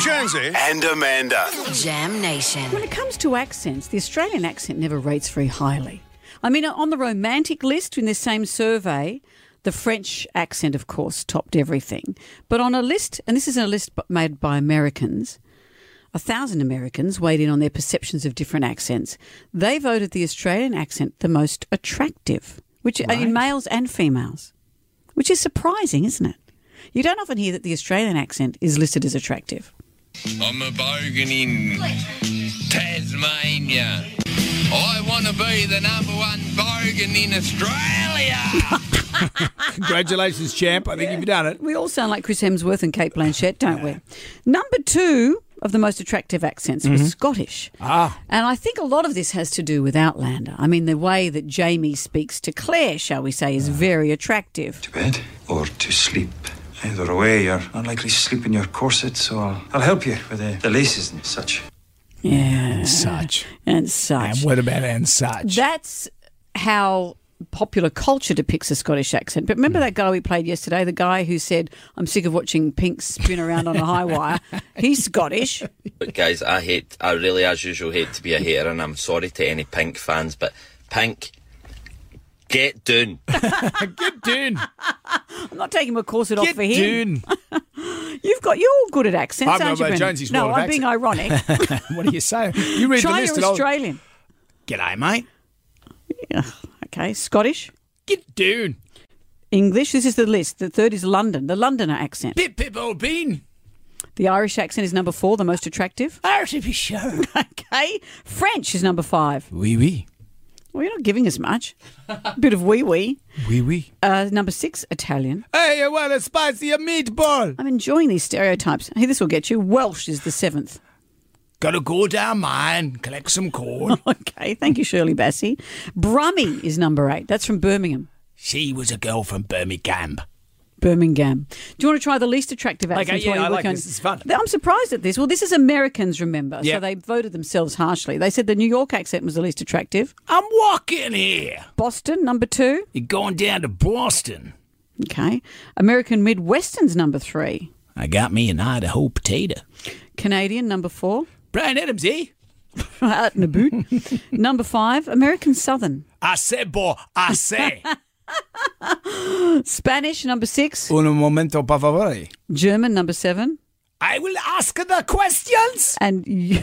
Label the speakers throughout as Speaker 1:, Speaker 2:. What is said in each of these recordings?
Speaker 1: Jonesy and Amanda.
Speaker 2: Jam Nation.
Speaker 3: When it comes to accents, the Australian accent never rates very highly. I mean, uh, on the romantic list in this same survey, the French accent, of course, topped everything. But on a list, and this isn't a list bu- made by Americans, a thousand Americans weighed in on their perceptions of different accents. They voted the Australian accent the most attractive, which uh, in males and females, which is surprising, isn't it? You don't often hear that the Australian accent is listed as attractive.
Speaker 4: I'm a bogan in Tasmania. I want to be the number one bogan in Australia.
Speaker 5: Congratulations, champ. I think you've done it.
Speaker 3: We all sound like Chris Hemsworth and Kate Blanchett, don't we? Number two of the most attractive accents was Scottish.
Speaker 5: Mm-hmm. Ah.
Speaker 3: And I think a lot of this has to do with Outlander. I mean, the way that Jamie speaks to Claire, shall we say,
Speaker 5: Ah.
Speaker 3: is very attractive.
Speaker 6: bed or to sleep. Either way, you're unlikely to sleep in your corset, so I'll, I'll help you with the, the laces and such.
Speaker 3: Yeah.
Speaker 5: Such.
Speaker 3: And such.
Speaker 5: And what about and such?
Speaker 3: That's how popular culture depicts a Scottish accent. But
Speaker 5: Hmm.
Speaker 3: remember that guy we played yesterday, the guy who said, I'm sick of watching Pink spin around on a high wire? He's Scottish.
Speaker 7: But guys, I hate, I really, as usual, hate to be a hater, and I'm sorry to any Pink fans, but Pink, get down.
Speaker 5: Get doing.
Speaker 3: I'm not taking my corset off
Speaker 5: Get
Speaker 3: for him.
Speaker 5: doing.
Speaker 3: You've got you're all good at accents,
Speaker 5: I'm not
Speaker 3: aren't you,
Speaker 5: about
Speaker 3: Brendan?
Speaker 5: Jonesy's
Speaker 3: No,
Speaker 5: world of
Speaker 3: I'm being ironic.
Speaker 5: What do you say? You read
Speaker 3: Try
Speaker 5: the list
Speaker 3: your
Speaker 5: and I'll...
Speaker 3: Australian.
Speaker 5: G'day, mate.
Speaker 3: Yeah, Okay, Scottish,
Speaker 5: Get doing.
Speaker 3: English. This is the list. The third is London, the Londoner accent.
Speaker 5: Pip, pip, old bean.
Speaker 3: The Irish accent is number four, the most attractive.
Speaker 5: Artificial.
Speaker 3: Okay, French is number five.
Speaker 5: Wee wee.
Speaker 3: Well, you're not giving us much. Bit of wee wee.
Speaker 5: Wee wee.
Speaker 3: Uh, number six, Italian.
Speaker 5: Hey, you want a spicy meatball?
Speaker 3: I'm enjoying these stereotypes. Hey, this will get you. Welsh is the seventh.
Speaker 5: Gotta go down mine, collect some corn.
Speaker 3: Okay, thank you, Shirley Bassey. Brummie is number eight. That's from Birmingham.
Speaker 5: she was a girl from Birmingham.
Speaker 3: Birmingham. Do you want to try the least attractive accents?
Speaker 5: Okay, yeah,
Speaker 3: while you
Speaker 5: I
Speaker 3: work
Speaker 5: like
Speaker 3: on-
Speaker 5: this. It's fun.
Speaker 3: I'm surprised at this. Well, this is Americans, remember.
Speaker 5: Yeah.
Speaker 3: So they voted themselves harshly. They said the New York accent was the least attractive.
Speaker 5: I'm walking here.
Speaker 3: Boston, number two.
Speaker 5: You're going down to Boston.
Speaker 3: Okay. American Midwestern's number three.
Speaker 5: I got me an Idaho potato.
Speaker 3: Canadian, number four.
Speaker 5: Brian Adams, eh?
Speaker 3: Out in a boot. number five, American Southern.
Speaker 5: I said, boy, I say.
Speaker 3: Spanish, number six.
Speaker 5: Un momento, por favor.
Speaker 3: German, number seven.
Speaker 5: I will ask the questions.
Speaker 3: And Y-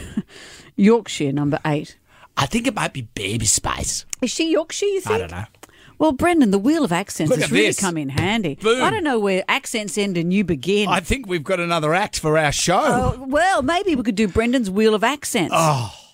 Speaker 3: Yorkshire, number eight.
Speaker 5: I think it might be baby spice.
Speaker 3: Is she Yorkshire, you think?
Speaker 5: I don't know.
Speaker 3: Well, Brendan, the wheel of accents
Speaker 5: Look
Speaker 3: has
Speaker 5: at
Speaker 3: really
Speaker 5: this.
Speaker 3: come in handy.
Speaker 5: Boom.
Speaker 3: I don't know where accents end and you begin.
Speaker 5: I think we've got another act for our show.
Speaker 3: Oh, well, maybe we could do Brendan's wheel of accents. Oh.